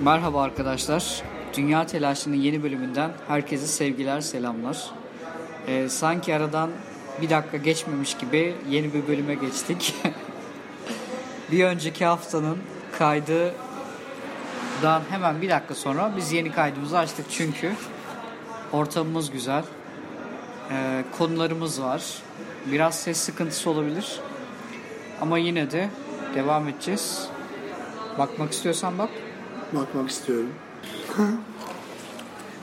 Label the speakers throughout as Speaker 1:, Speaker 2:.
Speaker 1: Merhaba arkadaşlar. Dünya Telaşı'nın yeni bölümünden herkese sevgiler, selamlar. Ee, sanki aradan bir dakika geçmemiş gibi yeni bir bölüme geçtik. bir önceki haftanın kaydından hemen bir dakika sonra biz yeni kaydımızı açtık çünkü ortamımız güzel, Ee, konularımız var. Biraz ses sıkıntısı olabilir ama yine de devam edeceğiz. Bakmak istiyorsan bak.
Speaker 2: Bakmak istiyorum.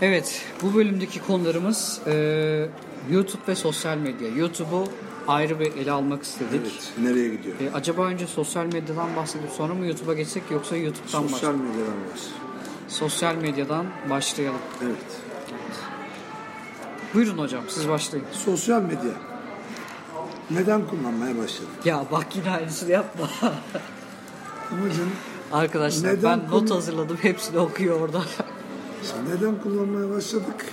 Speaker 1: Evet, bu bölümdeki konularımız e, YouTube ve sosyal medya. YouTube'u ayrı bir ele almak istedik.
Speaker 2: Evet. Nereye gidiyor?
Speaker 1: E, acaba önce sosyal medyadan bahsedip sonra mı YouTube'a geçsek yoksa YouTube'dan mı?
Speaker 2: Sosyal medyadan var.
Speaker 1: Sosyal medyadan başlayalım.
Speaker 2: Evet.
Speaker 1: Buyurun hocam, siz başlayın.
Speaker 2: Sosyal medya. Neden kullanmaya başladım?
Speaker 1: Ya bak yine aynısını yapma.
Speaker 2: Ama canım
Speaker 1: Arkadaşlar
Speaker 2: Neden
Speaker 1: ben
Speaker 2: konu-
Speaker 1: not hazırladım, hepsini okuyor orada.
Speaker 2: şimdi neden kullanmaya başladık?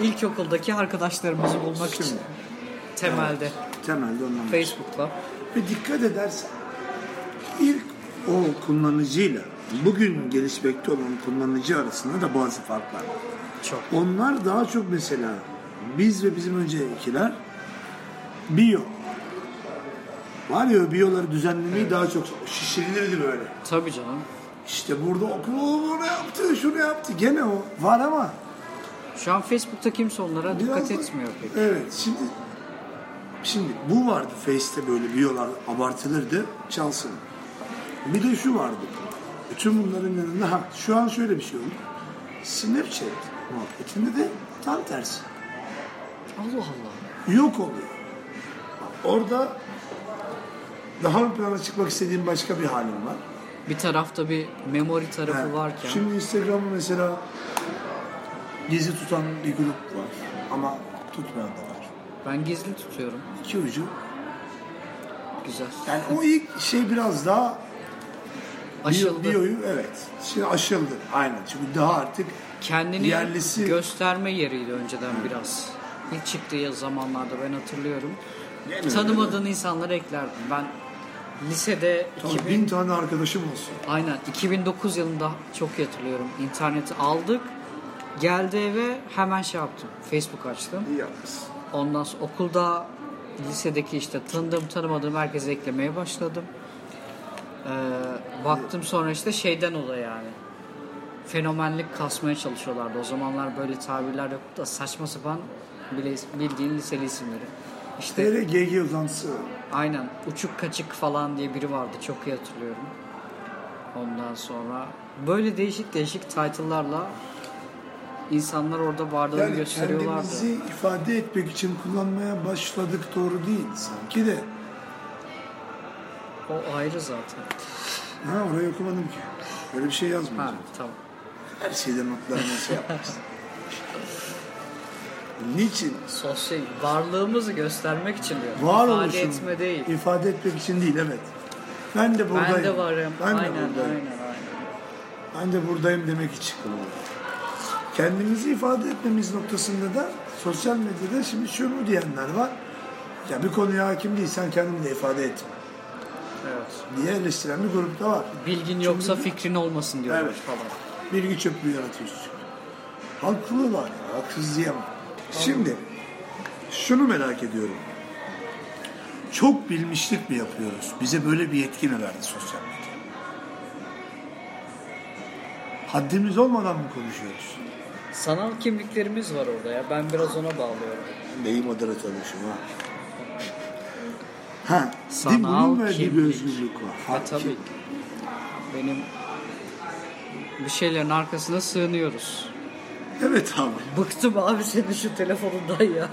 Speaker 1: İlkokuldaki arkadaşlarımızı bulmak için. Temelde.
Speaker 2: Temelde ondan başladık.
Speaker 1: Facebook'la.
Speaker 2: Ve dikkat edersen ilk o kullanıcıyla bugün gelişmekte olan kullanıcı arasında da bazı farklar var.
Speaker 1: Çok.
Speaker 2: Onlar daha çok mesela biz ve bizim öncekiler biyo. Var ya biyoları düzenlemeyi daha çok şişirilirdi böyle.
Speaker 1: Tabii canım.
Speaker 2: İşte burada okul onu yaptı, şunu yaptı. Gene o var ama
Speaker 1: Şu an Facebook'ta kimse onlara
Speaker 2: biraz
Speaker 1: dikkat
Speaker 2: da-
Speaker 1: etmiyor pek.
Speaker 2: Evet şimdi şimdi bu vardı Face'te böyle biyolar abartılırdı çalsın. Bir de şu vardı. Bütün bunların yanında ha şu an şöyle bir şey oldu. Snapchat muhabbetinde de tam tersi.
Speaker 1: Allah Allah.
Speaker 2: yok oluyor. Orada daha ön plana çıkmak istediğim başka bir halim var.
Speaker 1: Bir tarafta bir memory tarafı
Speaker 2: Ha,
Speaker 1: varken
Speaker 2: Şimdi Instagram'da mesela gizli tutan bir grup var ama tutmayan da var.
Speaker 1: ben gizli tutuyorum.
Speaker 2: İki ucu.
Speaker 1: Güzel.
Speaker 2: Yani o ilk şey biraz daha
Speaker 1: Aşıldı.
Speaker 2: biyoyu evet. Şimdi aşıldı. Aynen. Çünkü daha artık
Speaker 1: Kendini
Speaker 2: yerlisi-
Speaker 1: gösterme yeriydi önceden biraz. İlk çıktığı yaz zamanlarda ben hatırlıyorum. Tanımadığın insanları eklerdim. Ben lisede
Speaker 2: Tabii
Speaker 1: 2000
Speaker 2: bin tane arkadaşım olsun.
Speaker 1: Aynen 2009 yılında çok iyi hatırlıyorum. İnterneti aldık. Geldi eve hemen şey yaptım. Facebook açtım.
Speaker 2: İyi yapmışsın.
Speaker 1: Ondan sonra okulda lisedeki işte tanıdığım tanımadığım herkese eklemeye başladım. Ee, baktım sonra işte şeyden olay yani. Fenomenlik kasmaya çalışıyorlardı. O zamanlar böyle tabirler yoktu da saçma sapan bile, bildiğin liseli isimleri. İşte
Speaker 2: TR GG uzantısı.
Speaker 1: aynen uçuk kaçık falan diye biri vardı çok iyi hatırlıyorum. Ondan sonra böyle değişik değişik title'larla insanlar orada varlığını
Speaker 2: Yani
Speaker 1: gösteriyorlardı.
Speaker 2: kendimizi ifade etmek için kullanmaya başladık doğru değil sanki de.
Speaker 1: O ayrı zaten.
Speaker 2: Ha orayı okumadım ki. Öyle bir şey yazmıyor.
Speaker 1: Ha
Speaker 2: zaten.
Speaker 1: tamam.
Speaker 2: Her şeyde notlarını şey yapmışsın. Niçin?
Speaker 1: Sosyal şey, varlığımızı göstermek için diyor.
Speaker 2: Var
Speaker 1: İfade
Speaker 2: oluşum.
Speaker 1: etme değil.
Speaker 2: İfade etmek için değil evet. Ben de buradayım.
Speaker 1: Ben de varım.
Speaker 2: Ben
Speaker 1: aynen,
Speaker 2: de
Speaker 1: aynen
Speaker 2: buradayım.
Speaker 1: aynen.
Speaker 2: Ben de buradayım demek için kullanıyorum. Kendimizi ifade etmemiz noktasında da sosyal medyada şimdi şunu diyenler var. Ya bir konuya hakim değilsen kendini de ifade et
Speaker 1: Evet.
Speaker 2: diye eleştiren bir grupta var.
Speaker 1: Bilgin yoksa fikrin olmasın diyorlar
Speaker 2: Evet.
Speaker 1: falan.
Speaker 2: bilgi çöplüğü yaratıyorsun. Haklı var ya, haksız diyemem. Şimdi şunu merak ediyorum. Çok bilmişlik mi yapıyoruz? Bize böyle bir yetki mi verdi sosyal medya? Haddimiz olmadan mı konuşuyoruz?
Speaker 1: Sanal kimliklerimiz var orada ya. Ben biraz ona bağlıyorum.
Speaker 2: Neyi moderatörmüşüm ha? Ha, değil mi?
Speaker 1: Sanal
Speaker 2: bunun verdiği bir
Speaker 1: kimlik.
Speaker 2: özgürlük var.
Speaker 1: Ha, tabii ki. Benim bir şeylerin arkasına sığınıyoruz.
Speaker 2: Evet abi.
Speaker 1: Bıktım abi senin şu telefonundan ya.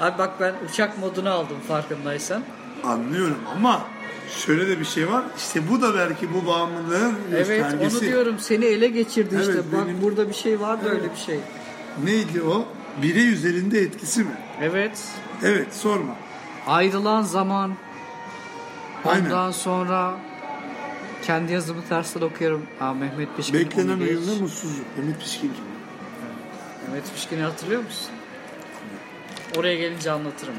Speaker 1: Abi bak ben uçak modunu aldım farkındaysan.
Speaker 2: Anlıyorum ama şöyle de bir şey var. İşte bu da belki bu bağımlılığın
Speaker 1: Evet onu
Speaker 2: göstergesi.
Speaker 1: diyorum seni ele geçirdi
Speaker 2: Evet,
Speaker 1: işte. Bak
Speaker 2: benim-
Speaker 1: burada bir şey vardı öyle bir şey.
Speaker 2: Neydi o? Birey üzerinde etkisi mi?
Speaker 1: Evet.
Speaker 2: Evet sorma.
Speaker 1: Ayrılan zaman
Speaker 2: Aynen.
Speaker 1: ondan sonra kendi yazımı tersten okuyorum. Aa, Mehmet Pişkin.
Speaker 2: Beklenen
Speaker 1: onu geç.
Speaker 2: uyumda mutsuzluk. Mehmet Pişkin kim?
Speaker 1: Mehmet Pişkin'i hatırlıyor musun? Oraya gelince anlatırım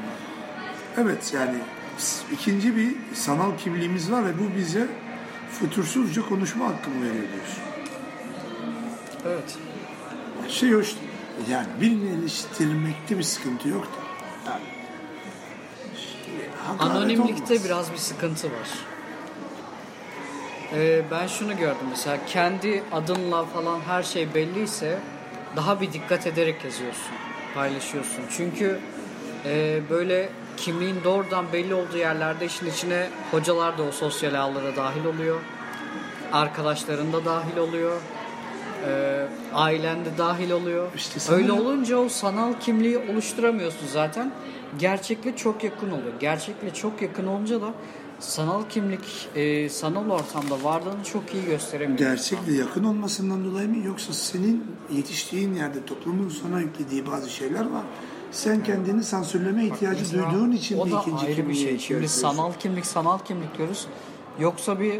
Speaker 1: ben.
Speaker 2: Evet yani s- ikinci bir sanal kimliğimiz var ve bu bize fütursuzca konuşma hakkımı veriyor diyorsun.
Speaker 1: Evet.
Speaker 2: Şey hoş değil. Yani birini eleştirmekte bir sıkıntı yok da. Yani, şimdi hakaret
Speaker 1: Anonimlikte
Speaker 2: olmaz.
Speaker 1: biraz bir sıkıntı var. Ee, ben şunu gördüm mesela kendi adınla falan her şey belliyse daha bir dikkat ederek yazıyorsun, paylaşıyorsun. Çünkü e, böyle kimliğin doğrudan belli olduğu yerlerde işin içine hocalar da o sosyal ağlara dahil oluyor. Arkadaşların da dahil oluyor. E, ailen de dahil oluyor.
Speaker 2: İşte
Speaker 1: İşte
Speaker 2: sana
Speaker 1: Öyle
Speaker 2: ne?
Speaker 1: olunca o sanal kimliği oluşturamıyorsun zaten. Gerçekle çok yakın oluyor. Gerçekle çok yakın olunca da sanal kimlik e, sanal ortamda varlığını çok iyi gösteremiyor.
Speaker 2: Gerçekle yakın olmasından dolayı mı yoksa senin yetiştiğin yerde toplumun sana yüklediği bazı şeyler var. Sen kendini sansürleme ihtiyacı
Speaker 1: Mesela
Speaker 2: duyduğun için
Speaker 1: o
Speaker 2: bir
Speaker 1: da
Speaker 2: ikinci
Speaker 1: ayrı bir
Speaker 2: kimliğe
Speaker 1: şey.
Speaker 2: ihtiyaç
Speaker 1: Şimdi
Speaker 2: duyuyorsun.
Speaker 1: sanal kimlik sanal kimlik diyoruz. Yoksa bir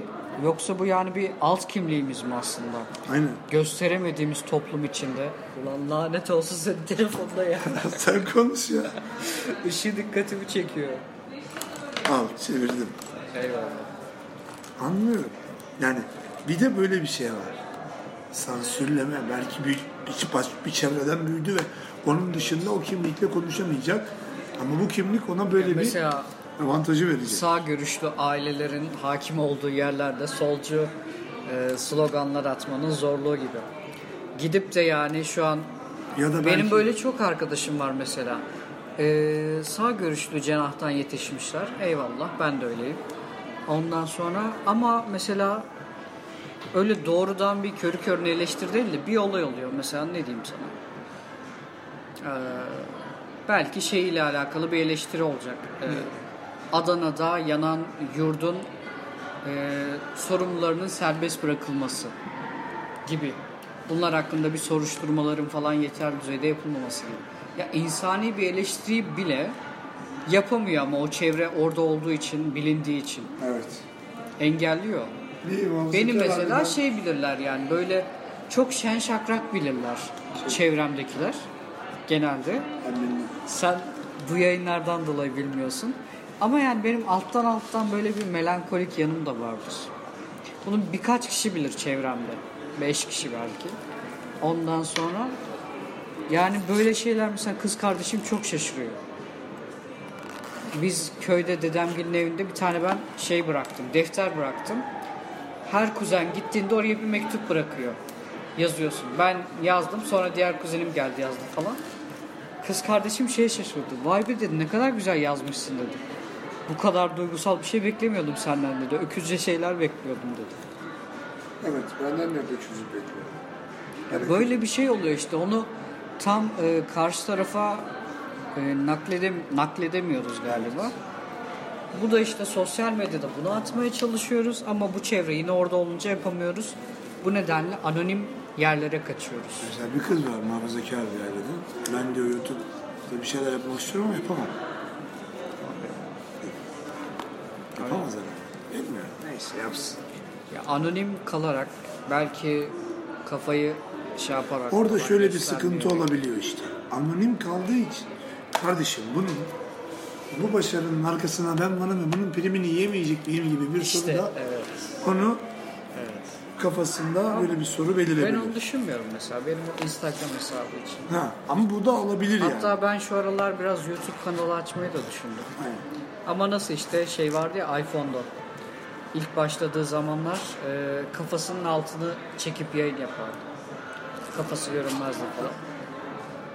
Speaker 1: yoksa bu yani bir alt kimliğimiz mi aslında?
Speaker 2: Aynen.
Speaker 1: Gösteremediğimiz toplum içinde. Ulan lanet olsun senin telefonda ya.
Speaker 2: Sen konuş ya.
Speaker 1: Işığı dikkatimi çekiyor.
Speaker 2: Al çevirdim.
Speaker 1: Eyvallah.
Speaker 2: Anlıyorum. Yani bir de böyle bir şey var. Sansürleme belki bir, bir, bir çevreden büyüdü ve onun dışında o kimlikle konuşamayacak. Ama bu kimlik ona böyle bir
Speaker 1: Mesela
Speaker 2: avantajı verecek.
Speaker 1: sağ görüşlü ailelerin hakim olduğu yerlerde solcu e, sloganlar atmanın zorluğu gibi. Gidip de yani şu an
Speaker 2: Ya da
Speaker 1: benim
Speaker 2: belki-
Speaker 1: böyle çok arkadaşım var mesela. E, sağ görüşlü cenahtan yetişmişler. Eyvallah ben de öyleyim. Ondan sonra ama mesela öyle doğrudan bir körü körüne eleştir değil de bir olay oluyor. Mesela ne diyeyim sana? Ee, belki şey ile alakalı bir eleştiri olacak. Ee, Adana'da yanan yurdun e, sorumlularının serbest bırakılması gibi. Bunlar hakkında bir soruşturmaların falan yeterli düzeyde yapılmaması gibi. Ya insani bir eleştiri bile yapamıyor ama o çevre orada olduğu için, bilindiği için
Speaker 2: Evet.
Speaker 1: engelliyor.
Speaker 2: Bir muhafazakar
Speaker 1: Benim mesela
Speaker 2: aileden-
Speaker 1: şey bilirler yani böyle çok şen şakrak bilirler çevremdekiler genelde.
Speaker 2: Annenin-
Speaker 1: Sen bu yayınlardan dolayı bilmiyorsun. Ama yani benim alttan alttan böyle bir melankolik yanım da vardır. Bunu birkaç kişi bilir çevremde. Beş kişi belki. Ondan sonra yani böyle şeyler mesela kız kardeşim çok şaşırıyor. Biz köyde dedemgilin evinde bir tane ben şey bıraktım, defter bıraktım. Her kuzen gittiğinde oraya bir mektup bırakıyor. Yazıyorsun. Ben yazdım sonra diğer kuzenim geldi yazdı falan. Kız kardeşim şeye şaşırdı. Vay be dedi ne kadar güzel yazmışsın dedi. Bu kadar duygusal bir şey beklemiyordum senden dedi. Öküzce şeyler bekliyordum dedi.
Speaker 2: Evet, benden de bir çözüm bekliyorum.
Speaker 1: Ya böyle bir şey oluyor işte onu tam e, karşı tarafa e, nakledem nakledemiyoruz galiba. Bu da işte sosyal medyada bunu atmaya çalışıyoruz ama bu çevre yine orada olunca yapamıyoruz. Bu nedenle anonim yerlere kaçıyoruz.
Speaker 2: Mesela bir kız var muhafazakar bir aileden. Ben diyor YouTube'da bir şeyler yapmak istiyorum ama yapamam. Yapamaz herhalde. Bilmiyorum. Neyse yapsın.
Speaker 1: Ya anonim kalarak belki kafayı şey yaparak
Speaker 2: Orada
Speaker 1: falan
Speaker 2: şöyle bir
Speaker 1: göstermeyerek-
Speaker 2: sıkıntı olabiliyor işte. Anonim kaldığı için kardeşim bunun bu başarının arkasına ben varım ve bunun primini yiyemeyecek miyim gibi bir
Speaker 1: İşte
Speaker 2: soru da
Speaker 1: evet.
Speaker 2: onu
Speaker 1: evet.
Speaker 2: kafasında böyle bir soru
Speaker 1: Ben
Speaker 2: belirebilir.
Speaker 1: onu düşünmüyorum mesela benim o Instagram hesabı için.
Speaker 2: Ha, ama bu da olabilir yani.
Speaker 1: Hatta ben şu aralar biraz YouTube kanalı açmayı da düşündüm.
Speaker 2: Aynen.
Speaker 1: Ama nasıl işte şey vardı ya iPhone'da. İlk başladığı zamanlar e, kafasının altını çekip yayın yapardı. Kafası görünmezdi falan.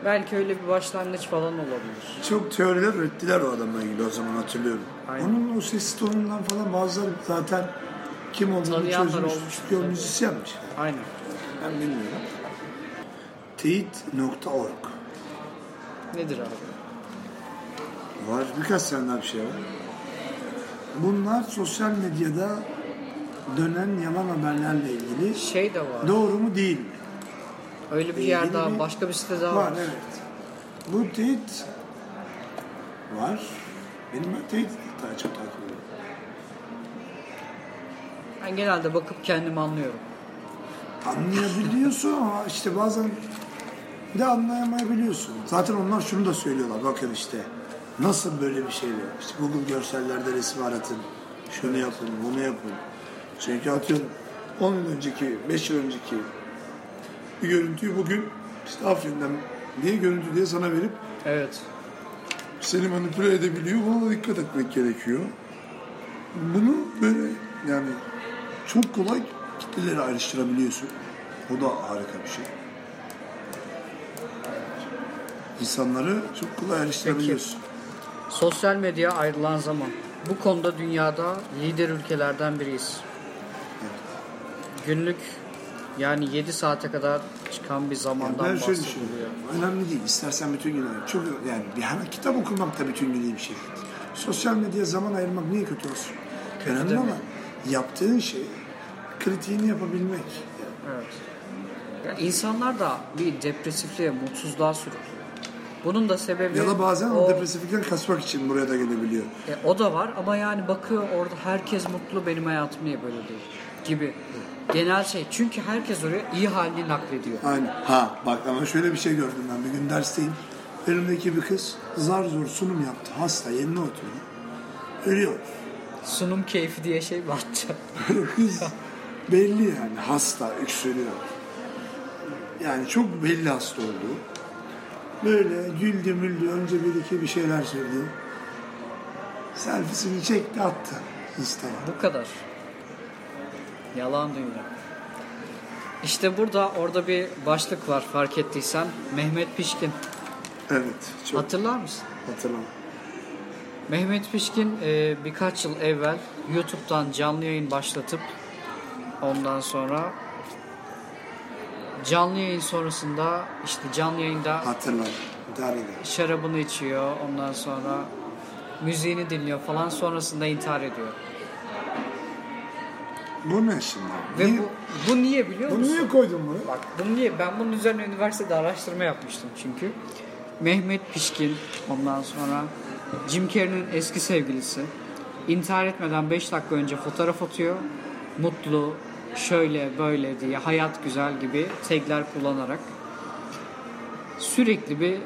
Speaker 1: Belki öyle bir başlangıç falan olabilir.
Speaker 2: Çok teoriler ürettiler o adamla ilgili o zaman hatırlıyorum.
Speaker 1: Aynen.
Speaker 2: Onun o ses tonundan falan bazıları zaten kim olduğunu
Speaker 1: Tanıyanlar
Speaker 2: çözmüş.
Speaker 1: olmuş.
Speaker 2: Çünkü o müzisyenmiş.
Speaker 1: Aynen.
Speaker 2: Ben bilmiyorum. Teyit.org
Speaker 1: Nedir abi?
Speaker 2: Var birkaç tane daha bir şey var. Bunlar sosyal medyada dönen yalan haberlerle ilgili
Speaker 1: Şey de var.
Speaker 2: doğru mu değil mi?
Speaker 1: Öyle bir
Speaker 2: Ee,
Speaker 1: yer
Speaker 2: yeni
Speaker 1: daha,
Speaker 2: bir-
Speaker 1: başka bir site daha
Speaker 2: Var
Speaker 1: var.
Speaker 2: evet. Bu teyit var. Benim ben teyit daha çok takip ediyorum.
Speaker 1: Ben genelde bakıp kendimi anlıyorum.
Speaker 2: Anlayabiliyorsun ama işte bazen de anlayamayabiliyorsun. Zaten onlar şunu da söylüyorlar. Bakın işte nasıl böyle bir şey diyor. İşte Google görsellerde resim aratın. Şunu yapın, bunu yapın. Çünkü atıyorum 10 yıl önceki, 5 yıl önceki bir görüntüyü bugün işte Afrin'den diye görüntü diye sana verip
Speaker 1: Evet.
Speaker 2: seni manipüle edebiliyor. Buna da dikkat etmek gerekiyor. Bunu böyle yani çok kolay kitleleri ayrıştırabiliyorsun. O da harika bir şey. İnsanları çok kolay ayrıştırabiliyorsun.
Speaker 1: Sosyal medya ayrılan zaman. Bu konuda dünyada lider ülkelerden biriyiz. Günlük yani 7 saate kadar çıkan bir
Speaker 2: Yani
Speaker 1: zamandan
Speaker 2: ben şöyle
Speaker 1: bahsediliyor.
Speaker 2: düşünüyorum. Önemli değil. İstersen bütün gün ayır. Çok yani bir hemen kitap okumak da bütün gün iyi bir şey. Sosyal medyaya zaman ayırmak niye kötü olsun? Önemli
Speaker 1: değil mi?
Speaker 2: ama yaptığın şey kritiğini yapabilmek.
Speaker 1: Evet. Ya insanlar da bir depresifliğe, mutsuzluğa sürüklüyor. Bunun da sebebi
Speaker 2: Ya da bazen o
Speaker 1: o,
Speaker 2: depresiflikten kaçmak için buraya da gelebiliyor.
Speaker 1: e, o da var ama yani bakıyor orada herkes mutlu benim hayatım niye böyle değil gibi genel şey. Çünkü herkes oraya iyi halini naklediyor.
Speaker 2: Aynen. Ha bak ama şöyle bir şey gördüm ben bir gün dersteyim. Önümdeki bir kız zar zor sunum yaptı. Hasta yerine oturuyor. Ölüyor.
Speaker 1: Sunum keyfi diye şey var.
Speaker 2: kız belli yani hasta, öksürüyor. Yani çok belli hasta olduğu. Böyle güldü müldü önce bir iki bir şeyler söyledi. Selfiesini çekti attı Instagram.
Speaker 1: Bu kadar. Yalan dünya. İşte burada orada bir başlık var fark ettiysen. Mehmet Pişkin.
Speaker 2: Evet çok
Speaker 1: Hatırlar mısın?
Speaker 2: hatırlam.
Speaker 1: Mehmet Pişkin e, birkaç yıl evvel YouTube'dan canlı yayın başlatıp ondan sonra canlı yayın sonrasında işte canlı yayında
Speaker 2: Hatırlam. İntihar eder.
Speaker 1: şarabını içiyor ondan sonra müziğini dinliyor falan sonrasında intihar ediyor.
Speaker 2: Bu ne şimdi?
Speaker 1: Ve
Speaker 2: Niye-
Speaker 1: bu, bu niye biliyor
Speaker 2: Bunu
Speaker 1: musun?
Speaker 2: niye koydun bunu?
Speaker 1: Bak bunu niye? Ben bunun üzerine üniversitede araştırma yapmıştım çünkü. Mehmet Pişkin, ondan sonra Jim Carrey'nin eski sevgilisi. intihar etmeden 5 dakika önce fotoğraf atıyor. Mutlu, şöyle böyle diye, hayat güzel gibi tagler kullanarak. Sürekli bir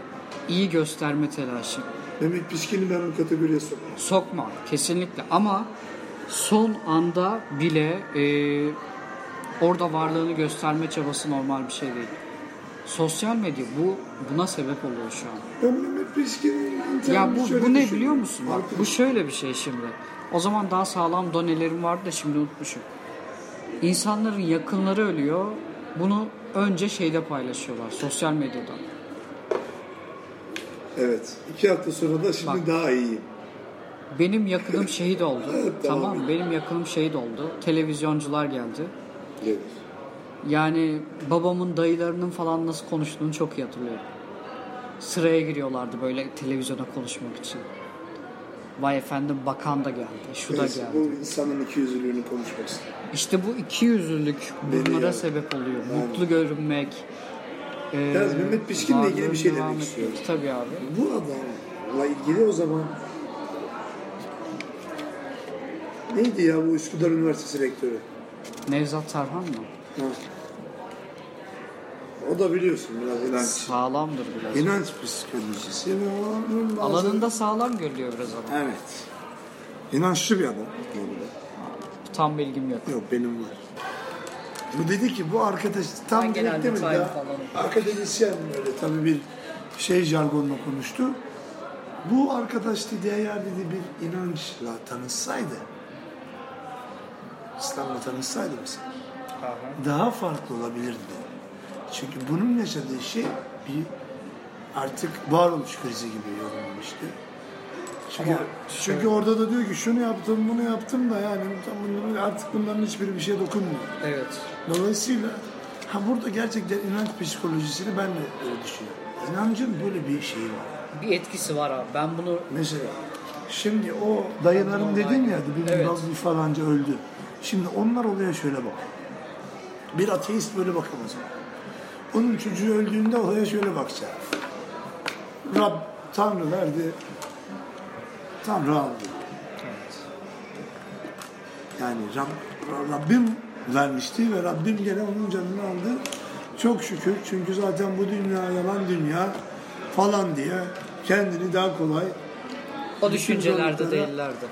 Speaker 1: iyi gösterme telaşı.
Speaker 2: Mehmet Pişkin'i ben o kategoriye sokuyorum.
Speaker 1: Sokma kesinlikle ama son anda bile e, orada varlığını gösterme çabası normal bir şey değil. Sosyal medya bu buna sebep oluyor şu an.
Speaker 2: Ben Mehmet Pişkin'in
Speaker 1: Ya
Speaker 2: internetini
Speaker 1: bu,
Speaker 2: şöyle
Speaker 1: bu ne
Speaker 2: düşünüyorum.
Speaker 1: biliyor musun? Bak bu şöyle bir şey şimdi. O zaman daha sağlam donelerim vardı da şimdi unutmuşum. İnsanların yakınları ölüyor. Bunu önce şeyde paylaşıyorlar sosyal medyada.
Speaker 2: Evet. İki hafta sonra da şimdi daha iyiyim.
Speaker 1: Benim yakınım şehit oldu.
Speaker 2: Evet, tamam.
Speaker 1: tamam mı? Benim yakınım şehit oldu. Televizyoncular geldi.
Speaker 2: Evet.
Speaker 1: Yani babamın dayılarının falan nasıl konuştuğunu çok iyi hatırlıyorum. Sıraya giriyorlardı böyle televizyona konuşmak için. Vay efendim bakan da geldi, şu da
Speaker 2: Neyse,
Speaker 1: geldi.
Speaker 2: bu insanın iki yüzlülüğünü konuşmak istedim.
Speaker 1: İşte bu iki yüzlülük
Speaker 2: Beni
Speaker 1: bunlara
Speaker 2: yani.
Speaker 1: sebep oluyor. Mutlu görünmek. eee,
Speaker 2: Biraz Mehmet Pişkin'le ilgili bir
Speaker 1: varlığın
Speaker 2: şey
Speaker 1: Ee,
Speaker 2: demek
Speaker 1: devam
Speaker 2: istiyorum.
Speaker 1: etmek. Tabii abi.
Speaker 2: Bu adamla ilgili o zaman neydi ya bu Üsküdar Üniversitesi rektörü?
Speaker 1: Nevzat Tarhan mı?
Speaker 2: Ha. O da biliyorsun biraz inanç.
Speaker 1: Sağlamdır biraz.
Speaker 2: İnanç psikolojisi ve o adamın bazı-
Speaker 1: Alanında sağlam görülüyor biraz ama.
Speaker 2: Evet. İnançlı bir adam. Doğru.
Speaker 1: Tam bilgim yok.
Speaker 2: Yok benim var. Bu dedi ki bu arkadaş tam
Speaker 1: Ben
Speaker 2: direkt
Speaker 1: genelde
Speaker 2: demedi
Speaker 1: Tayyip
Speaker 2: ya.
Speaker 1: falan.
Speaker 2: Akademisyen böyle tabii bir şey jargonla konuştu. Bu arkadaş dedi eğer dedi bir inançla tanışsaydı İslam'la tanışsaydı mesela daha farklı olabilirdi. Çünkü bunun yaşadığı şey bir artık varoluş krizi gibi yorumlanmıştı. Çünkü,
Speaker 1: Ama
Speaker 2: çünkü orada da diyor ki şunu yaptım bunu yaptım da yani bunların- artık bunların hiçbiri bir şeye dokunmuyor.
Speaker 1: Evet.
Speaker 2: Dolayısıyla ha burada gerçekten inanç psikolojisini ben de öyle düşünüyorum. İnancın böyle bir şeyi var.
Speaker 1: Bir etkisi var abi. Ben bunu
Speaker 2: Mesela şimdi o dayılarım dedin ya bir
Speaker 1: Evet.
Speaker 2: bazı falanca öldü. Şimdi onlar olaya şöyle bak. Bir ateist böyle bakamaz. Onun çocuğu öldüğünde olaya şöyle bakacak. Rab Tanrı verdi. Tanrı aldı. Yani Rab, Rabbim vermişti ve Rabbim gene onun canını aldı. Çok şükür çünkü zaten bu dünya yalan dünya falan diye kendini daha kolay
Speaker 1: o düşüncelerde
Speaker 2: zorluklara-
Speaker 1: değillerdi.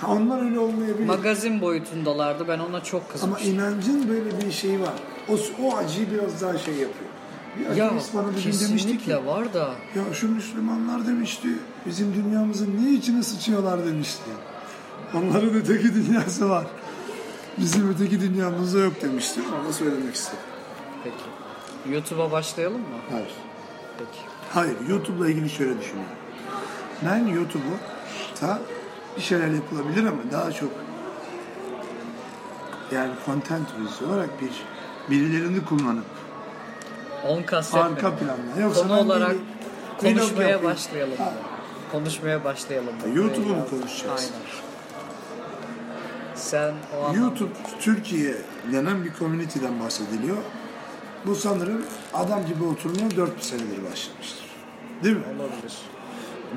Speaker 2: Ha, Ondan öyle olmayabilir.
Speaker 1: Magazin boyutundalardı. Ben ona çok
Speaker 2: Ama
Speaker 1: kızmıştım.
Speaker 2: inancın böyle bir şeyi var. O, o acıyı biraz daha şey yapıyor. Bir
Speaker 1: Ya
Speaker 2: aktivist bana bir gün demişti ki,
Speaker 1: kesinlikle var da.
Speaker 2: ya şu Müslümanlar demişti, bizim dünyamızın niye içine sıçıyorlar demişti. Onların öteki dünyası var. Bizim öteki dünyamızda yok demişti. Ona söylemek istedim.
Speaker 1: Peki. YouTube'a başlayalım mı?
Speaker 2: Hayır.
Speaker 1: Peki.
Speaker 2: Hayır, YouTube'la ilgili şöyle düşünüyorum. Ben YouTube'u ta bir şeyler yapılabilir ama daha çok yani content üyesi olarak bir birilerini kullanıp
Speaker 1: 10 kaset
Speaker 2: arka
Speaker 1: mi?
Speaker 2: planda. Yoksa
Speaker 1: Konu
Speaker 2: ben
Speaker 1: olarak
Speaker 2: bir- vlog
Speaker 1: konuşmaya
Speaker 2: yapayım.
Speaker 1: başlayalım.
Speaker 2: Ha,
Speaker 1: Konuşmaya başlayalım.
Speaker 2: YouTube'u mu
Speaker 1: Biraz-
Speaker 2: konuşacağız?
Speaker 1: Aynen. Sen o anlamda...
Speaker 2: YouTube Türkiye denen bir community'den bahsediliyor. Bu sanırım adam gibi oturmaya 4 senedir başlamıştır. Değil mi?
Speaker 1: Olabilir.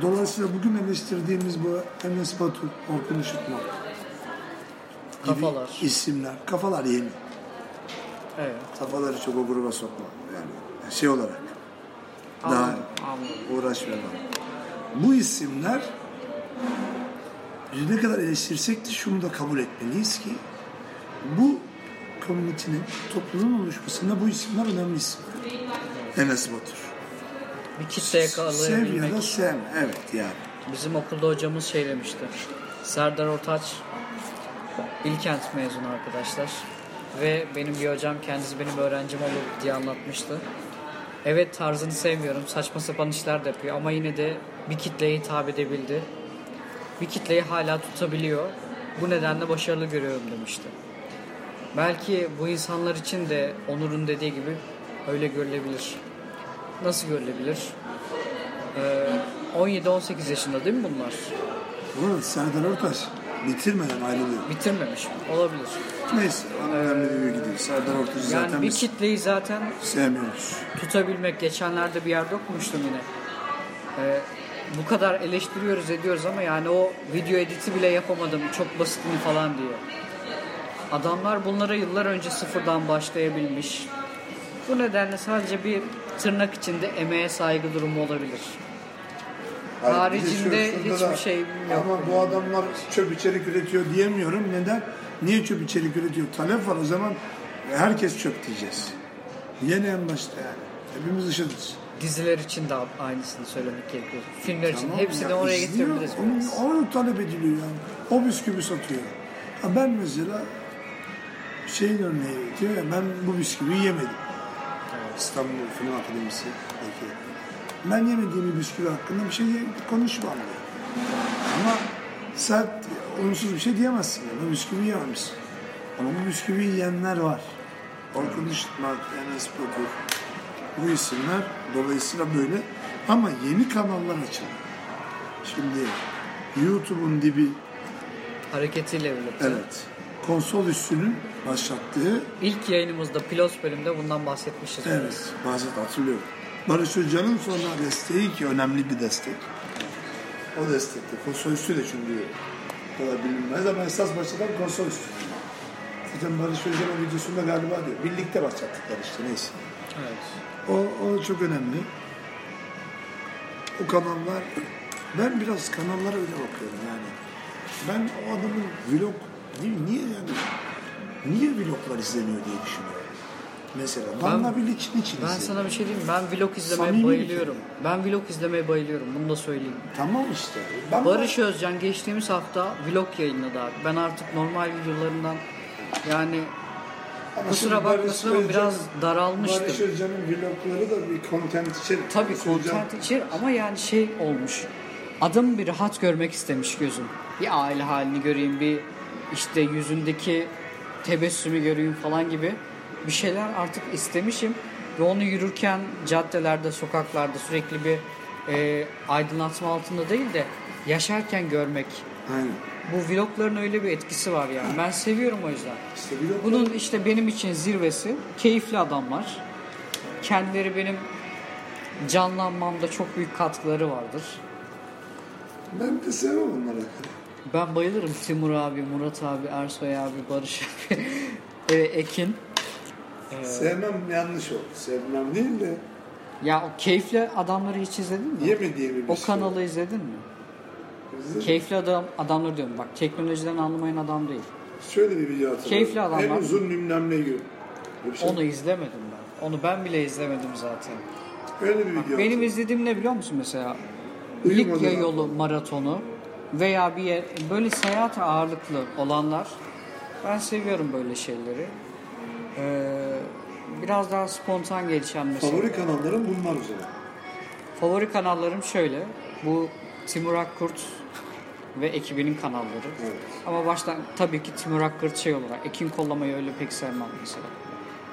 Speaker 2: Dolayısıyla bugün eleştirdiğimiz bu Enes Batur, Orkun Işıtmak gibi
Speaker 1: Kafalar.
Speaker 2: isimler. Kafalar yeni.
Speaker 1: Evet.
Speaker 2: Kafaları çok o gruba sokma. Yani şey olarak
Speaker 1: Anladım,
Speaker 2: Daha-
Speaker 1: anladım.
Speaker 2: uğraşmayalım. Bu isimler biz ne kadar eleştirsek de şunu da kabul etmeliyiz ki bu komünitenin toplumun oluşmasında bu isimler önemli isimler. Enes Batur.
Speaker 1: Bir kitleye
Speaker 2: Sev ya
Speaker 1: yakalayabilmek.
Speaker 2: da sevme. Evet yani.
Speaker 1: Bizim okulda hocamız şey demişti. Serdar Ortaç Bilkent mezunu arkadaşlar. Ve benim bir hocam kendisi benim öğrencim olur diye anlatmıştı. Evet tarzını sevmiyorum. Saçma sapan işler de yapıyor ama yine de bir kitleye hitap edebildi. Bir kitleyi hala tutabiliyor. Bu nedenle başarılı görüyorum demişti. Belki bu insanlar için de Onur'un dediği gibi öyle görülebilir. Nasıl görülebilir? Ee, 17-18 yaşında değil mi bunlar?
Speaker 2: Bu arada Serdar Ortaç bitirmeden ayrılıyor.
Speaker 1: Bitirmemiş mi? Olabilir.
Speaker 2: Neyse bana önemli bir bilgi değil. Serdar Ortaç'ı
Speaker 1: Yani
Speaker 2: zaten
Speaker 1: bir
Speaker 2: biz
Speaker 1: kitleyi zaten
Speaker 2: sevmiyoruz.
Speaker 1: tutabilmek geçenlerde bir yerde okumuştum yine. Ee, bu kadar eleştiriyoruz ediyoruz ama yani o video editi bile yapamadım çok basitini falan diyor. Adamlar bunlara yıllar önce sıfırdan başlayabilmiş. Bu nedenle sadece bir tırnak içinde emeğe saygı durumu olabilir.
Speaker 2: Hayır,
Speaker 1: Haricinde
Speaker 2: bir de şurasında
Speaker 1: hiçbir
Speaker 2: da,
Speaker 1: şey yok.
Speaker 2: Ama bu adamlar çöp içerik üretiyor diyemiyorum. Neden? Niye çöp içerik üretiyor? Talep var o zaman herkes çöp diyeceğiz. Yeni en başta yani. Hepimiz ışıdız.
Speaker 1: Diziler için de aynısını söylemek gerekiyor. Filmler için hepsini
Speaker 2: ya,
Speaker 1: oraya
Speaker 2: izliyor.
Speaker 1: getirebiliriz.
Speaker 2: Onun,
Speaker 1: biraz.
Speaker 2: onun talep ediliyor yani. O bisküvi satıyor. Ha ben mesela şeyin örneği diyor ya ben bu bisküviyi yemedim. İstanbul Film Akademisi'deki. Ben yemediğim bir bisküvi hakkında bir şey konuşmam diyor. Ama sen olumsuz bir şey diyemezsin. Yani. Bu bisküvi yememişsin. Ama bu bisküvi yiyenler var. Orkun Işıtmak, Enes Batur. Bu isimler dolayısıyla böyle. Ama yeni kanallar açıldı. Şimdi YouTube'un dibi
Speaker 1: Hareketiyle birlikte.
Speaker 2: evet konsol üstünün başlattığı
Speaker 1: İlk yayınımızda pilot bölümde bundan bahsetmişiz.
Speaker 2: evet bazen hatırlıyorum. Barış Hoca'nın sonra desteği ki önemli bir destek. O destekte konsol üstü de çünkü o kadar bilinmez ama esas başlatan konsol üstü. Zaten Barış Hoca'nın videosunda galiba diyor. Birlikte başlattıklar işte neyse.
Speaker 1: Evet.
Speaker 2: O, o çok önemli. O kanallar, ben biraz kanallara öyle bakıyorum yani. Ben o adamın vlog, ni- niye yani, niye vloglar izleniyor diye düşünüyorum. Mesela Damla Bilic'in için izleniyor.
Speaker 1: Ben sana bir şey diyeyim. mi? Ben vlog izlemeye
Speaker 2: Samimi bir
Speaker 1: bayılıyorum. Ben vlog izlemeye bayılıyorum. Bunu da söyleyeyim.
Speaker 2: Tamam işte. Ben
Speaker 1: Barış Özcan geçtiğimiz hafta vlog yayınladı abi. Ben artık normal videolarından yani
Speaker 2: Ama
Speaker 1: kusura
Speaker 2: şimdi
Speaker 1: bakmasın
Speaker 2: Barış
Speaker 1: ama
Speaker 2: Özcan-
Speaker 1: biraz daralmıştım.
Speaker 2: Barış Özcan'ın vlogları da bir content içerik.
Speaker 1: tabii
Speaker 2: Barış Özcan-
Speaker 1: content içerir ama yani şey olmuş. Adım bir rahat görmek istemiş gözüm. Bir aile halini göreyim, bir işte yüzündeki tebessümü göreyim falan gibi bir şeyler artık istemişim. Ve onu yürürken caddelerde, sokaklarda sürekli bir e, aydınlatma altında değil de yaşarken görmek.
Speaker 2: Aynen.
Speaker 1: Bu vlogların öyle bir etkisi var yani. Ben seviyorum o yüzden.
Speaker 2: İşte vlog
Speaker 1: Bunun işte benim için zirvesi keyifli adamlar. Kendileri benim canlanmamda çok büyük katkıları vardır.
Speaker 2: Ben de sevmem onları.
Speaker 1: Ben bayılırım Timur abi, Murat abi, Ersoy abi, Barış abi, e, Ekin. Ee.
Speaker 2: Sevmem yanlış oldu. Sevmem değil de
Speaker 1: Ya o keyifli adamları hiç izledin mi?
Speaker 2: yemediğimi bir
Speaker 1: o
Speaker 2: şey.
Speaker 1: kanalı izledin mi? Keyifli adam adamlar diyorum. Bak teknolojiden anlamayan adam değil.
Speaker 2: Şöyle bir video hatırladım.
Speaker 1: Keyifli adam
Speaker 2: En
Speaker 1: var.
Speaker 2: uzun bilmem ne gün. Bu bir şey.
Speaker 1: Onu izlemedim ben. Onu ben bile izlemedim zaten.
Speaker 2: Öyle bir video.
Speaker 1: Benim izlediğim ne biliyor musun mesela?
Speaker 2: Uyumadan
Speaker 1: Likya
Speaker 2: atladım.
Speaker 1: yolu maratonu veya bir yer, böyle seyahat ağırlıklı olanlar. Ben seviyorum böyle şeyleri. Ee, biraz daha spontan gelişen mesela.
Speaker 2: Favori kanallarım bunlar o zaman.
Speaker 1: Favori kanallarım şöyle. Bu Timur Akkurt ve ekibinin kanalları.
Speaker 2: Evet.
Speaker 1: Ama baştan tabii ki Timur Akkurt şey olarak Ekin Kollama'yı öyle pek sevmem mesela.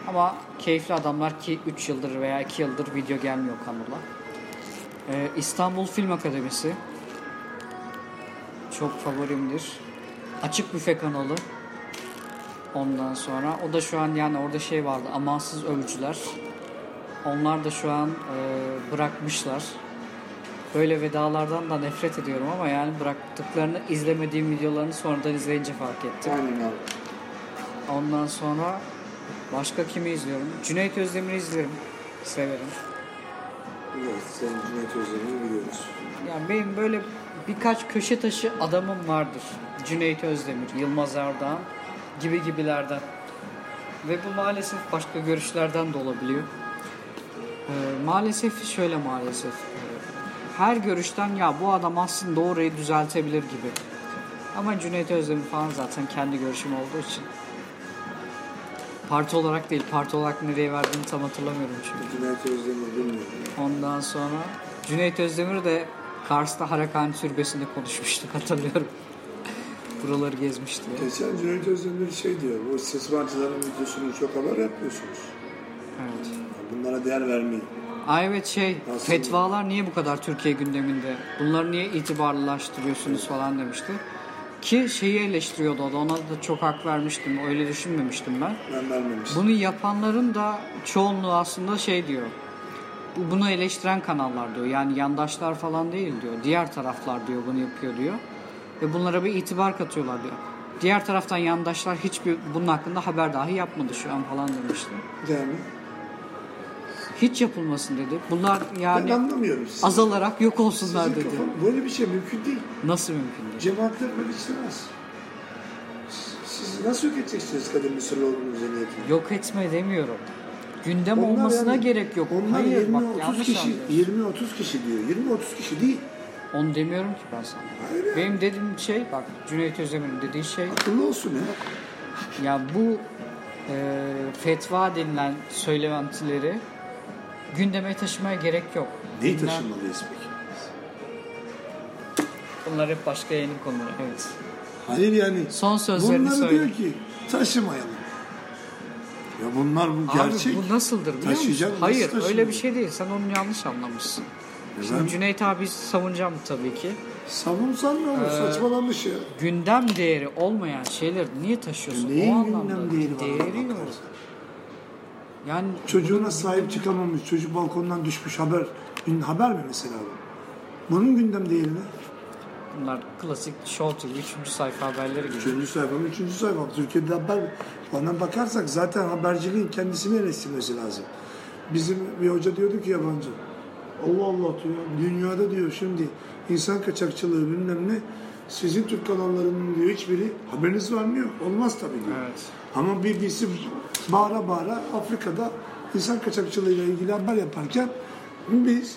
Speaker 1: Ama keyifli adamlar ki 3 yıldır veya 2 yıldır video gelmiyor kanala. Ee, İstanbul Film Akademisi çok favorimdir. Açık Büfe kanalı. Ondan sonra o da şu an yani orada şey vardı amansız övücüler. Onlar da şu an e, bırakmışlar. Böyle vedalardan da nefret ediyorum ama yani bıraktıklarını izlemediğim videolarını sonradan izleyince fark ettim.
Speaker 2: Aynen abi.
Speaker 1: Ondan sonra başka kimi izliyorum? Cüneyt Özdemir'i izlerim. Severim.
Speaker 2: Evet, senin Cüneyt Özdemir'i biliyoruz.
Speaker 1: Yani benim böyle birkaç köşe taşı adamım vardır. Cüneyt Özdemir, Yılmaz Erdoğan gibi gibilerden. Ve bu maalesef başka görüşlerden de olabiliyor. Ee, maalesef şöyle maalesef. Ee, Her görüşten ya bu adam aslında orayı düzeltebilir gibi. Ama Cüneyt Özdemir falan zaten kendi görüşüm olduğu için. Parti olarak değil, parti olarak nereye verdiğini tam hatırlamıyorum çünkü.
Speaker 2: Cüneyt Özdemir'i bilmiyorum.
Speaker 1: Ondan sonra Cüneyt Özdemir de Kars'ta Harakan Türbesi'nde konuşmuştuk hatırlıyorum. Buraları gezmişti. Evet.
Speaker 2: Geçen E, Cüneyt Özdemir şey diyor, bu istismarcıların videosunu çok haber yapıyorsunuz. Yani bunlara değer vermeyin.
Speaker 1: Ay evet şey,
Speaker 2: Nasıl?
Speaker 1: fetvalar niye bu kadar Türkiye gündeminde? Bunları niye itibarlılaştırıyorsunuz falan demişti. Ki şeyi eleştiriyordu o da ona da çok hak vermiştim. Öyle düşünmemiştim ben.
Speaker 2: Ben vermemiştim.
Speaker 1: Bunu yapanların da çoğunluğu aslında şey diyor. bu- Bunu eleştiren kanallar diyor. Yani yandaşlar falan değil diyor. Diğer taraflar diyor bunu yapıyor diyor. Ve bunlara bir itibar katıyorlar diyor. Diğer taraftan yandaşlar hiçbir bunun hakkında haber dahi yapmadı şu an falan demişti.
Speaker 2: Yani
Speaker 1: Hiç yapılmasın dedi. Bunlar
Speaker 2: ben
Speaker 1: yani
Speaker 2: anlamıyorum sizi.
Speaker 1: azalarak yok
Speaker 2: Sizin
Speaker 1: olsunlar dedi.
Speaker 2: kafa- böyle bir şey mümkün değil.
Speaker 1: Nasıl mümkün değil?
Speaker 2: Cemaatler böyle istemez. Siz nasıl yok edeceksiniz kadın Mısırlıoğlu'nun zihniyetini?
Speaker 1: Yok etme demiyorum. Gündem
Speaker 2: Onlar
Speaker 1: olmasına
Speaker 2: yani-
Speaker 1: gerek yok.
Speaker 2: Onlar
Speaker 1: Hayır bak
Speaker 2: 20-30
Speaker 1: yanlış
Speaker 2: kişi,
Speaker 1: anlıyorsun.
Speaker 2: 20-30 kişi diyor. 20-30 kişi değil.
Speaker 1: Onu demiyorum ki ben sana.
Speaker 2: Hayır.
Speaker 1: Benim dediğim şey bak Cüneyt Özdemir'in dediği şey
Speaker 2: Akıllı olsun ya.
Speaker 1: ya bu e, fetva denilen söylentileri gündeme taşımaya gerek yok.
Speaker 2: Neyi
Speaker 1: Bunlar-
Speaker 2: taşınmalıyız peki?
Speaker 1: Bunlar hep başka yeni konular. Evet.
Speaker 2: Hayır yani.
Speaker 1: Son sözlerini
Speaker 2: Bunları
Speaker 1: söyle.
Speaker 2: diyor ki taşımayalım. Ya bunlar bu
Speaker 1: Abi
Speaker 2: gerçek.
Speaker 1: bu nasıldır biliyor
Speaker 2: Taşıyacak,
Speaker 1: musun?
Speaker 2: nasıl
Speaker 1: Hayır öyle
Speaker 2: taşınacak?
Speaker 1: bir şey değil. Sen onu yanlış anlamışsın.
Speaker 2: Neden?
Speaker 1: Şimdi Cüneyt abi savunacağım tabii ki.
Speaker 2: Savunsan ne olur?
Speaker 1: Ee,
Speaker 2: Saçmalanmış ya.
Speaker 1: Gündem değeri olmayan şeyleri niye taşıyorsun? o
Speaker 2: Neyin
Speaker 1: anlamda
Speaker 2: gündem değeri var?
Speaker 1: Değeri
Speaker 2: ona
Speaker 1: yok.
Speaker 2: bakarsan?
Speaker 1: Yani
Speaker 2: Çocuğuna sahip çıkamamış, çocuk balkondan düşmüş haber. Gün- Haber mi mesela bu? Bunun gündem değeri ne?
Speaker 1: bunlar klasik show TV 3. sayfa haberleri gibi.
Speaker 2: Üçüncü sayfam, üçüncü sayfam. Türkiye'de haber bana bakarsak zaten haberciliğin kendisini eleştirmesi lazım. Bizim bir hoca diyordu ki yabancı. Allah Allah diyor. Dünyada diyor şimdi insan kaçakçılığı bilmem ne. Sizin Türk kanallarının diyor hiçbiri haberiniz var mı yok. Olmaz tabii diyor.
Speaker 1: Evet.
Speaker 2: Ama BBC bağıra bağıra Afrika'da insan kaçakçılığıyla ilgili haber yaparken biz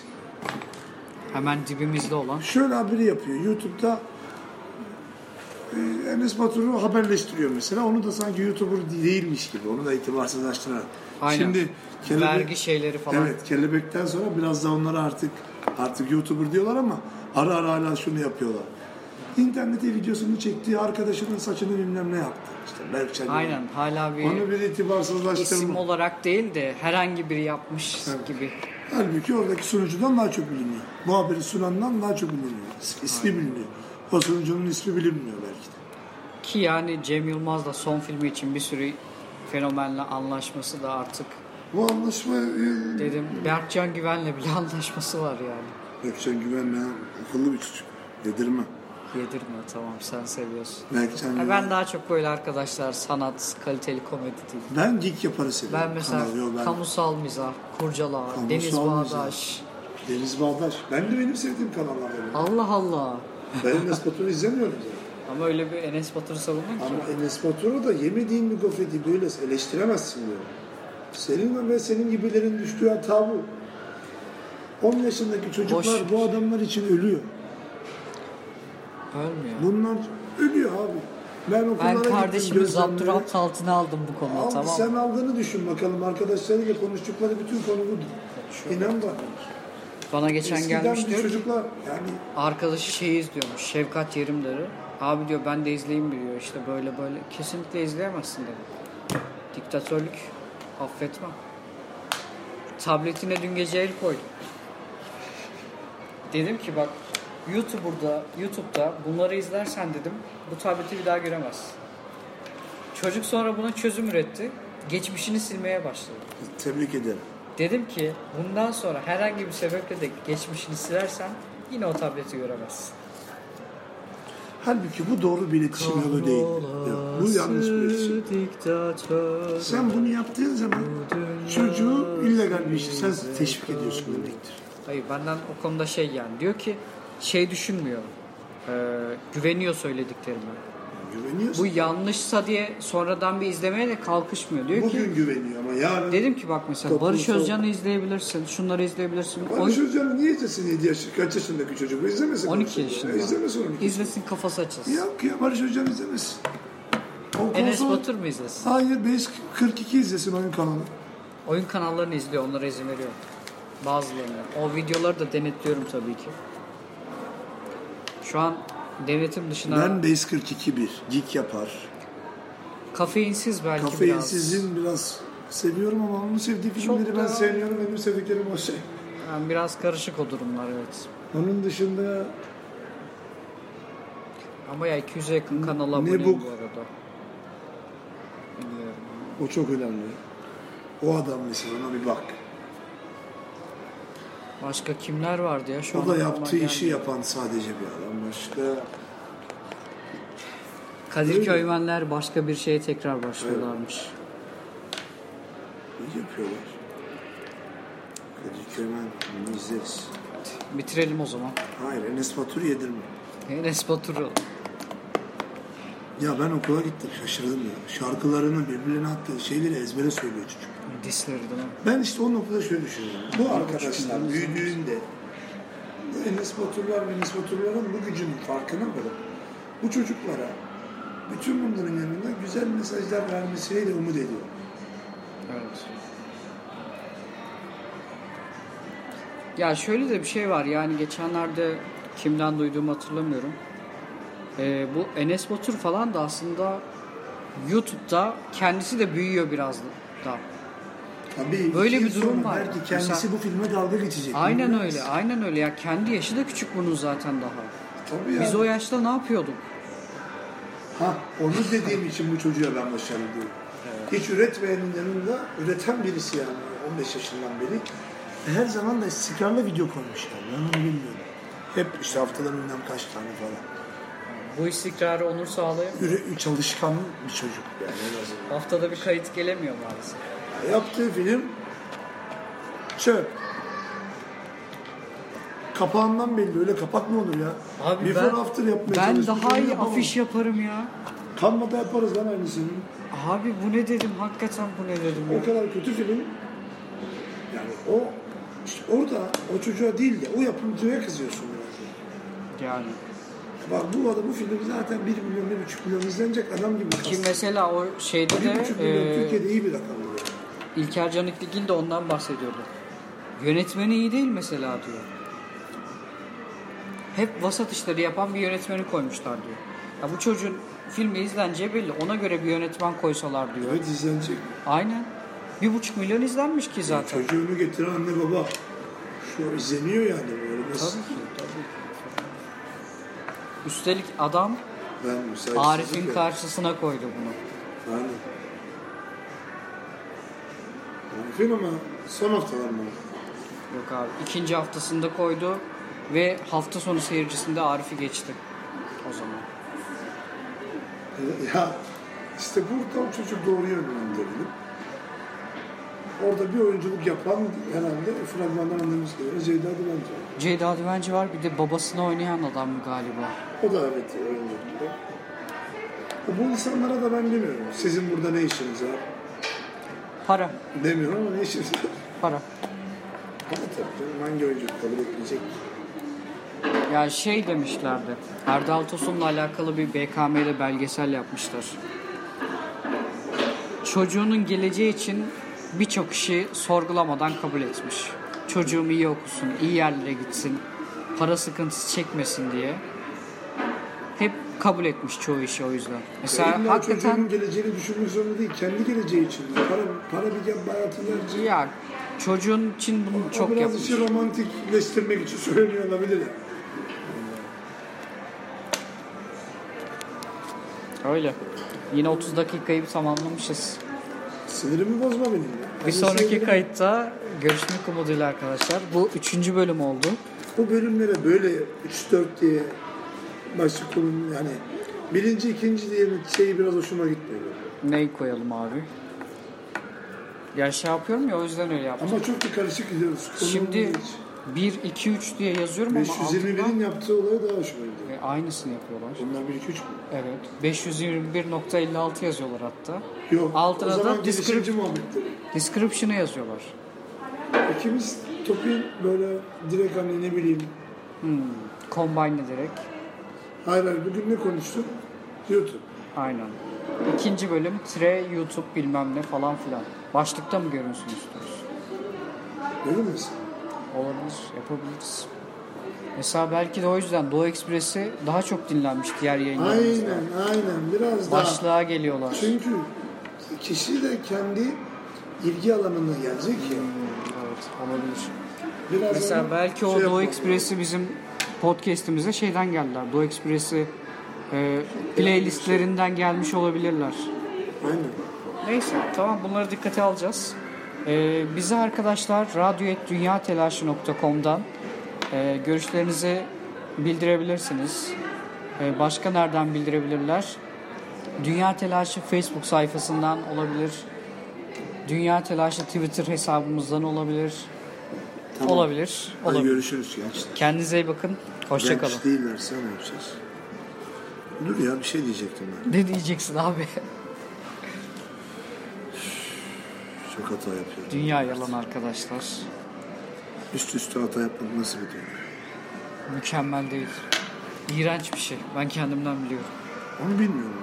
Speaker 1: Hemen dibimizde olan.
Speaker 2: şöyle haberi yapıyor. YouTube'da e, Enes Batur'u haberleştiriyor mesela. Onu da sanki YouTuber değilmiş gibi. Onu da itibarsızlaştırarak.
Speaker 1: Aynen.
Speaker 2: Şimdi kelebek,
Speaker 1: Vergi şeyleri falan.
Speaker 2: Evet, kelebekten sonra biraz da onlara artık artık YouTuber diyorlar ama ara ara hala şunu yapıyorlar. İnternete videosunu çekti, arkadaşının saçını bilmem ne yaptı. İşte Berkçen.
Speaker 1: Aynen hala bir
Speaker 2: Onu bir
Speaker 1: isim
Speaker 2: itibarsızlaştırma.
Speaker 1: olarak değil de herhangi biri yapmış gibi.
Speaker 2: Halbuki oradaki sunucudan daha çok biliniyor. Bu haberi sunandan daha çok biliniyor. İsmi biliniyor. O sunucunun ismi bilinmiyor belki de.
Speaker 1: Ki yani Cem Yılmaz da son filmi için bir sürü fenomenle anlaşması da artık
Speaker 2: Bu anlaşma e,
Speaker 1: dedim Berkcan Güven'le bile anlaşması var yani.
Speaker 2: Berkcan Güven ben akıllı bir çocuk. Yedirme.
Speaker 1: Yedirme tamam sen seviyorsun.
Speaker 2: Berkcan
Speaker 1: Ya
Speaker 2: Güven.
Speaker 1: ben
Speaker 2: Ben,
Speaker 1: daha çok böyle arkadaşlar sanat, kaliteli komedi değil.
Speaker 2: geek yaparı seviyorum.
Speaker 1: Ben mesela
Speaker 2: Kanal, yo, ben-
Speaker 1: kamusal mizah, kurcalama,
Speaker 2: Kamusal
Speaker 1: Deniz
Speaker 2: mizah.
Speaker 1: Bağdaş.
Speaker 2: Deniz Bağdaş. Ben de benim sevdiğim kanallardan. biri.
Speaker 1: Allah Allah.
Speaker 2: Ben Enes Batur'u izlemiyorum zaten.
Speaker 1: Ama öyle bir Enes Batur savunma ki.
Speaker 2: Ama Enes Batur'u da yemediğin bir gofreti böyle eleştiremezsin diyorum. Senin ve senin gibilerin düştüğü hata bu. 10 yaşındaki çocuklar
Speaker 1: Boş.
Speaker 2: bu adamlar için ölüyor.
Speaker 1: Ölmüyor.
Speaker 2: Bunlar ölüyor abi. Ben okullara
Speaker 1: Ben
Speaker 2: gittim
Speaker 1: kardeşimi
Speaker 2: gözlemlere.
Speaker 1: zapturapt altına aldım bu konuda
Speaker 2: Al,
Speaker 1: tamam
Speaker 2: Sen aldığını düşün bakalım. Arkadaşlarıyla konuştukları bütün konu budur. İnan bana.
Speaker 1: Bana geçen
Speaker 2: Eskiden
Speaker 1: gelmiş
Speaker 2: bir
Speaker 1: diyor ki
Speaker 2: çocuklar yani
Speaker 1: arkadaşı şeyi izliyormuş Şevkat Yerimdar'ı. Abi diyor ben de izleyeyim diyor işte böyle böyle. Kesinlikle izleyemezsin dedim. Diktatörlük affetmem. Tabletine dün gece el koydum. Dedim ki bak YouTube'da, YouTube'da bunları izlersen dedim bu tableti bir daha göremezsin. Çocuk sonra buna çözüm üretti. Geçmişini silmeye başladı.
Speaker 2: tebrik ederim.
Speaker 1: Dedim ki bundan sonra herhangi bir sebeple de geçmişini silersen yine o tableti göremezsin.
Speaker 2: Halbuki bu doğru bir iletişim yolu değil. Yok, Bu yanlış bir iletişim. Sen bunu yaptığın zaman çocuğu illegal bir işi sen teşvik ediyorsun demektir.
Speaker 1: Hayır benden o konuda şey yani diyor ki şey düşünmüyor. Ee, güveniyor söylediklerime. Bu
Speaker 2: Güveniyorsun.
Speaker 1: yanlışsa diye sonradan bir izlemeye de kalkışmıyor. Diyor ki
Speaker 2: Bugün güveniyor ama yarın.
Speaker 1: dedim ki bak mesela
Speaker 2: Toplumsal-
Speaker 1: Barış Özcan'ı izleyebilirsin. Şunları izleyebilirsin.
Speaker 2: Barış Özcan'ı niye izlesin 7 yaşı, kaç yaşındaki çocuğu izlemesin.
Speaker 1: 12
Speaker 2: Barış Özcan'ı.
Speaker 1: yaşında.
Speaker 2: İzlemesin 12
Speaker 1: İzlesin kafası açılsın.
Speaker 2: Yok ya Barış Özcan izlemesin. O
Speaker 1: Enes
Speaker 2: konsol-
Speaker 1: Batur mu izlesin?
Speaker 2: Hayır Base 42 izlesin oyun kanalı.
Speaker 1: Oyun kanallarını izliyor, onlara izin veriyorum. Bazılarını. O videoları da denetliyorum tabii ki. Şu an denetim dışına
Speaker 2: Ben Base 42 bir. Geek yapar.
Speaker 1: kafeinsiz belki biraz.
Speaker 2: Kafeinsizin biraz seviyorum ama onun sevdiği filmleri ben
Speaker 1: da-
Speaker 2: sevmiyorum. Benim sevdiklerim o şey.
Speaker 1: Yani biraz karışık o durumlar evet.
Speaker 2: Onun dışında
Speaker 1: Ama ya 200'e yakın kanala
Speaker 2: Ne
Speaker 1: aboneyim
Speaker 2: bu?
Speaker 1: bu arada. Bilmiyorum.
Speaker 2: o çok önemli. O adam mesela ona bir bak.
Speaker 1: Başka kimler vardı ya şu
Speaker 2: O
Speaker 1: an
Speaker 2: da
Speaker 1: aklıma
Speaker 2: yaptığı işi
Speaker 1: gelmiyor.
Speaker 2: yapan sadece bir adam. Başka
Speaker 1: Kadir Köymenler başka bir şeye tekrar başlıyorlarmış.
Speaker 2: ne yapıyorlar? Kadir Köymen bunu izleriz.
Speaker 1: Bitirelim o zaman.
Speaker 2: Hayır Enes Batur yedirme.
Speaker 1: Enes Batur'u.
Speaker 2: Ya ben okula gittim şaşırdım ya. Şarkılarını birbirine attığı şeyleri ezbere söylüyor çocuk.
Speaker 1: Disleri değil mi?
Speaker 2: Ben işte o noktada şöyle düşünüyorum. Bu arkadaşlar büyüdüğünde bu Enes Baturlar ve Enes Baturların bu gücünün farkına varıp bu çocuklara bütün bunların yanında güzel mesajlar vermesiyle umut ediyorum.
Speaker 1: Evet. Ya şöyle de bir şey var yani geçenlerde kimden duyduğumu hatırlamıyorum. Ee, bu Enes Batur falan da aslında YouTube'da kendisi de büyüyor biraz da.
Speaker 2: Tabii
Speaker 1: Böyle
Speaker 2: iki
Speaker 1: bir
Speaker 2: yıl
Speaker 1: durum
Speaker 2: sonra
Speaker 1: var.
Speaker 2: Belki kendisi
Speaker 1: Mesela-
Speaker 2: bu filme dalga geçecek.
Speaker 1: Aynen
Speaker 2: Bilmiyorum.
Speaker 1: öyle, aynen öyle. Ya kendi yaşı da küçük bunun zaten daha.
Speaker 2: Tabii ya.
Speaker 1: Biz o yaşta ne yapıyorduk?
Speaker 2: Ha, onu dediğim için bu çocuğa ben başarılı diyorum. Hiç üretmeyenin yanında üreten birisi yani 15 yaşından beri. Her zaman da istikrarlı video koymuşlar. Ben onu bilmiyorum. Hep işte haftadan bilmem kaç tane falan.
Speaker 1: Bu istikrarı Onur sağlayamıyor.
Speaker 2: Üre, çalışkan bir çocuk yani en azından.
Speaker 1: Haftada bir kayıt gelemiyor maalesef.
Speaker 2: Yaptığı film çöp. Kapağından belli öyle kapak mı olur ya?
Speaker 1: Abi
Speaker 2: Before
Speaker 1: ben,
Speaker 2: after yapmaya
Speaker 1: ben
Speaker 2: çalışmış,
Speaker 1: daha
Speaker 2: onu
Speaker 1: iyi
Speaker 2: yapamam.
Speaker 1: afiş yaparım ya.
Speaker 2: Kanmada yaparız lan aynısını.
Speaker 1: Abi bu ne dedim, hakikaten bu ne dedim ya.
Speaker 2: O kadar kötü film yani o işte orada o çocuğa değil de o yapımcıya kızıyorsun biraz. da.
Speaker 1: Yani.
Speaker 2: Bak bu adam bu filmi zaten 1 milyon 1,5 milyon izlenecek adam gibi
Speaker 1: Ki
Speaker 2: kastı.
Speaker 1: mesela o şeyde
Speaker 2: 1,5
Speaker 1: de
Speaker 2: milyon
Speaker 1: e,
Speaker 2: Türkiye'de iyi bir rakam bu.
Speaker 1: İlker Canikligil de ondan bahsediyordu. Yönetmeni iyi değil mesela diyor. Hep vasat işleri yapan bir yönetmeni koymuşlar diyor. Ya bu çocuğun filmi izleneceği belli. Ona göre bir yönetmen koysalar diyor.
Speaker 2: Evet izlenecek.
Speaker 1: Aynen. Bir buçuk milyon izlenmiş ki zaten.
Speaker 2: Çocuğunu getiren anne baba şu an izleniyor yani böyle. Nasıl?
Speaker 1: Tabii ki. Tabii ki. Üstelik adam
Speaker 2: Ben müsaitsizim
Speaker 1: Arif'in
Speaker 2: de.
Speaker 1: karşısına koydu bunu.
Speaker 2: Yani. Arif'in ama son haftalarında.
Speaker 1: Yok abi. ikinci haftasında koydu ve hafta sonu seyircisinde Arif'i geçti. O zaman.
Speaker 2: Ya işte burada o çocuk doğru yönlendirilip Orada bir oyunculuk yapan herhalde fragmandan anladığımız kadarıyla Ceyda Dilenci var.
Speaker 1: Ceyda Düvenci var bir de babasını oynayan adam mı galiba?
Speaker 2: O da evet oyunculukta. Bu insanlara da ben demiyorum. Sizin burada ne işiniz var?
Speaker 1: Para.
Speaker 2: Demiyorum ama ne işiniz var?
Speaker 1: Para.
Speaker 2: Ama tabii canım hangi oyunculukta bekleyecek?
Speaker 1: Ya şey demişlerdi. Erdal Tosun'la alakalı bir BKM'de belgesel yapmışlar. Çocuğunun geleceği için birçok işi sorgulamadan kabul etmiş. Çocuğum iyi okusun, iyi yerlere gitsin, para sıkıntısı çekmesin diye. Hep kabul etmiş çoğu işi o yüzden. Mesela
Speaker 2: İlla
Speaker 1: hakikaten
Speaker 2: çocuğunun geleceğini düşünmek zorunda değil. Kendi geleceği için. Para, para bir hayatını harcayacak.
Speaker 1: ya çocuğun için bunu
Speaker 2: Çok
Speaker 1: çok
Speaker 2: biraz
Speaker 1: yapmış.
Speaker 2: işi romantikleştirmek için söyleniyor olabilir.
Speaker 1: Öyle. Yine 30 dakikayı tamamlamışız.
Speaker 2: Sinirimi bozma benim. ya. Hani Ben
Speaker 1: Bir sonraki
Speaker 2: sinirimi-
Speaker 1: kayıtta görüşmek umuduyla arkadaşlar. Bu üçüncü bölüm oldu.
Speaker 2: Bu bölümlere böyle 3-4 diye başlık konum yani birinci ikinci diye bir şeyi biraz hoşuma gitmiyor.
Speaker 1: Neyi koyalım abi? Ya şey yapıyorum ya o yüzden öyle yaptım.
Speaker 2: Ama çok da karışık gidiyoruz. Konu
Speaker 1: Şimdi
Speaker 2: hiç.
Speaker 1: 1, 2, 3 diye yazıyorum ama
Speaker 2: 521'in yaptığı olay daha hoşuma gidiyor.
Speaker 1: altında- E, aynısını yapıyorlar.
Speaker 2: Onlar 1 2 3 mü?
Speaker 1: Evet. 521.56 yazıyorlar hatta.
Speaker 2: Yok.
Speaker 1: Altına
Speaker 2: o
Speaker 1: da
Speaker 2: zaman
Speaker 1: diskrip-
Speaker 2: girişimci muhabbetleri.
Speaker 1: Description'ı yazıyorlar.
Speaker 2: İkimiz topu böyle direkt hani ne bileyim.
Speaker 1: Hmm. Combine ederek.
Speaker 2: Hayır hayır bugün ne konuştuk? YouTube.
Speaker 1: Aynen. İkinci bölüm tre YouTube bilmem ne falan filan. Başlıkta mı görünsün istiyorsun?
Speaker 2: Görür müsün?
Speaker 1: Olabilir, yapabiliriz. Mesela belki de o yüzden Doğu Ekspresi daha çok dinlenmiş diğer yayınlarımızda.
Speaker 2: Aynen aynen biraz daha.
Speaker 1: Başlığa geliyorlar.
Speaker 2: Çünkü kişi de kendi ilgi alanına gelecek ya.
Speaker 1: Evet, olabilir.
Speaker 2: Biraz
Speaker 1: Mesela
Speaker 2: onu
Speaker 1: belki o
Speaker 2: şey
Speaker 1: Doğu
Speaker 2: yapmam
Speaker 1: Ekspresi bizim podcast'imize şeyden geldiler. Doğu Ekspresi e, playlistlerinden gelmiş olabilirler.
Speaker 2: lazım. Aynen.
Speaker 1: Neyse tamam bunları dikkate alacağız. Ee, bize arkadaşlar radyo.dünyatelaşı.com'dan e, görüşlerinizi bildirebilirsiniz. E, başka nereden bildirebilirler? Dünya Telaşı Facebook sayfasından olabilir. Dünya Telaşı Twitter hesabımızdan olabilir. Olabilir.
Speaker 2: Hadi
Speaker 1: olabilir.
Speaker 2: görüşürüz gençler.
Speaker 1: Kendinize iyi bakın. Hoşçakalın.
Speaker 2: Genç değillerse ne yapacağız? Dur ya bir şey diyecektim ben.
Speaker 1: Ne diyeceksin abi?
Speaker 2: Çok hata yapıyorum.
Speaker 1: Dünya yalan arkadaşlar.
Speaker 2: Üst üste hata yapmak nasıl bir dünya?
Speaker 1: Mükemmel değil. İğrenç bir şey. Ben kendimden biliyorum.
Speaker 2: Onu bilmiyorum.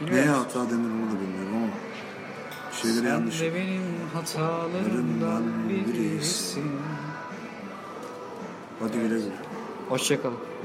Speaker 1: Biliyor
Speaker 2: Neye
Speaker 1: musun?
Speaker 2: hata denir onu da bilmiyorum ama. Bir şeyleri yanlış.
Speaker 1: Sen de benim hatalarımdan birisin.
Speaker 2: Hadi güle güle.
Speaker 1: Hoşçakalın.